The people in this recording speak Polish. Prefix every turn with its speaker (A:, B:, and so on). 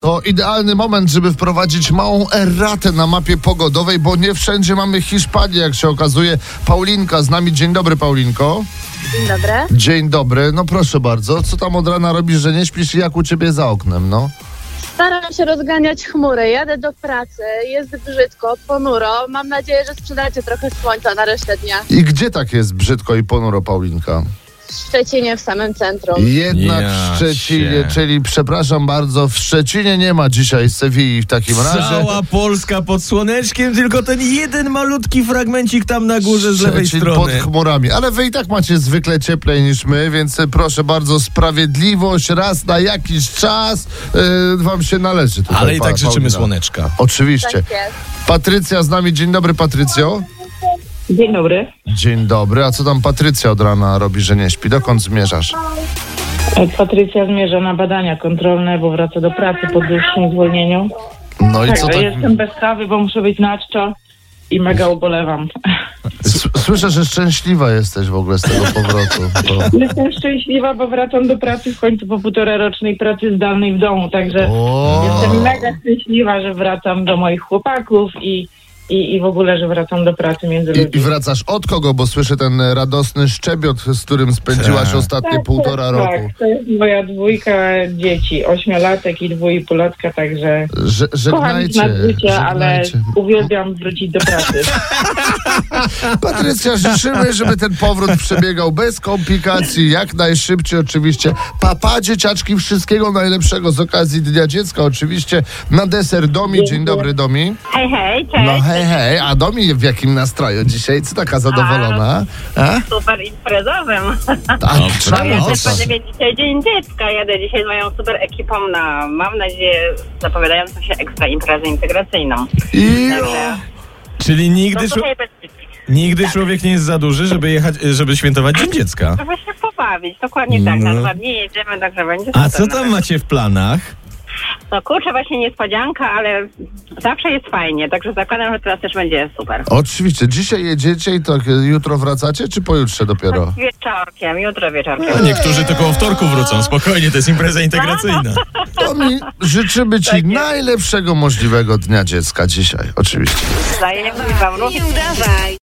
A: To idealny moment, żeby wprowadzić małą erratę na mapie pogodowej, bo nie wszędzie mamy Hiszpanię, jak się okazuje. Paulinka z nami. Dzień dobry, Paulinko.
B: Dzień dobry.
A: Dzień dobry. No proszę bardzo, co tam od rana robisz, że nie śpisz i jak u ciebie za oknem, no?
B: Staram się rozganiać chmury, jadę do pracy, jest brzydko, ponuro. Mam nadzieję, że sprzedacie trochę słońca na resztę dnia.
A: I gdzie tak jest brzydko i ponuro, Paulinka?
B: W Szczecinie, w samym centrum.
A: Jednak
C: Ja
A: w Szczecinie,
C: się.
A: czyli przepraszam bardzo, w Szczecinie nie ma dzisiaj Sewilli w takim razie.
C: Cała Polska pod słoneczkiem, tylko ten jeden malutki fragmencik tam na górze z lewej
A: Szczecin
C: strony.
A: pod chmurami. Ale wy i tak macie zwykle cieplej niż my, więc e, proszę bardzo, sprawiedliwość raz na jakiś czas e, wam się należy. Tutaj,
C: Ale i
A: pa-
C: tak życzymy
A: Paulina.
C: słoneczka.
A: Oczywiście.
B: Tak jest.
A: Patrycja z nami. Dzień dobry, Patrycjo.
D: Dzień dobry.
A: Dzień dobry. A co tam Patrycja od rana robi, że nie śpi? Dokąd zmierzasz?
D: E, Patrycja zmierza na badania kontrolne, bo wraca do pracy po dłuższym zwolnieniu.
A: No i
D: Tak,
A: co
D: a
A: tak...
D: jestem bez kawy, bo muszę być na czczo i mega ubolewam.
A: S- Słyszę, że szczęśliwa jesteś w ogóle z tego powrotu. Bo...
D: Jestem szczęśliwa, bo wracam do pracy w końcu po półtorarocznej pracy zdalnej w domu, także
A: O,
D: jestem mega szczęśliwa, że wracam do moich chłopaków i, i, i w ogóle, że wracam do pracy między
A: I, I
D: ludźmi.
A: wracasz od kogo? Bo słyszę ten e, radosny szczebiot, z którym spędziłaś
C: Tak.
A: ostatnie
D: Tak,
A: półtora
D: tak,
A: roku.
D: Tak, to jest moja dwójka dzieci, ośmiolatek i dwójpolatka, także
A: Ż-
D: kocham ich
A: żegnajcie.
D: na życie, ale
A: żegnajcie.
D: uwielbiam wrócić do pracy.
A: Patrycja, życzymy, żeby ten powrót przebiegał bez komplikacji, jak najszybciej oczywiście. Papa, dzieciaczki, wszystkiego najlepszego z okazji Dnia Dziecka oczywiście. Na deser Domi. Dzień dobry, Domi.
E: Hej, hej, cześć.
A: No hej, hej. A Domi w jakim nastroju dzisiaj? Co taka zadowolona? A?
E: Super imprezowym.
A: Tak,
C: Dobrze.
A: trzeba.
C: O,
E: Też
C: tak.
E: będę mieć dzisiaj Dzień Dziecka. Jadę dzisiaj z moją super ekipą na, mam nadzieję, zapowiadającą się ekstra imprezę integracyjną.
C: No.
A: I...
E: Także,
C: Czyli
E: no
C: nigdy, czł-
E: tutaj bez
C: nigdy człowiek nie jest za duży, żeby jechać, żeby świętować Dzień Dziecka.
E: Żeby się pobawić, dokładnie tak.
C: No.
E: Na dwa dni jedziemy, także będzie
C: A
E: super.
C: co tam macie w planach?
E: No kurczę, właśnie niespodzianka, ale zawsze jest fajnie, także zakładam, że teraz też będzie super.
A: Oczywiście. Dzisiaj jedziecie i to jutro wracacie, czy pojutrze dopiero?
E: Wieczorkiem, jutro wieczorkiem.
C: No, niektórzy tylko o wtorku wrócą. Spokojnie, to jest impreza integracyjna.
A: Domi, życzymy Ci najlepszego możliwego Dnia Dziecka dzisiaj. Oczywiście.
E: Wzajemnie wam również.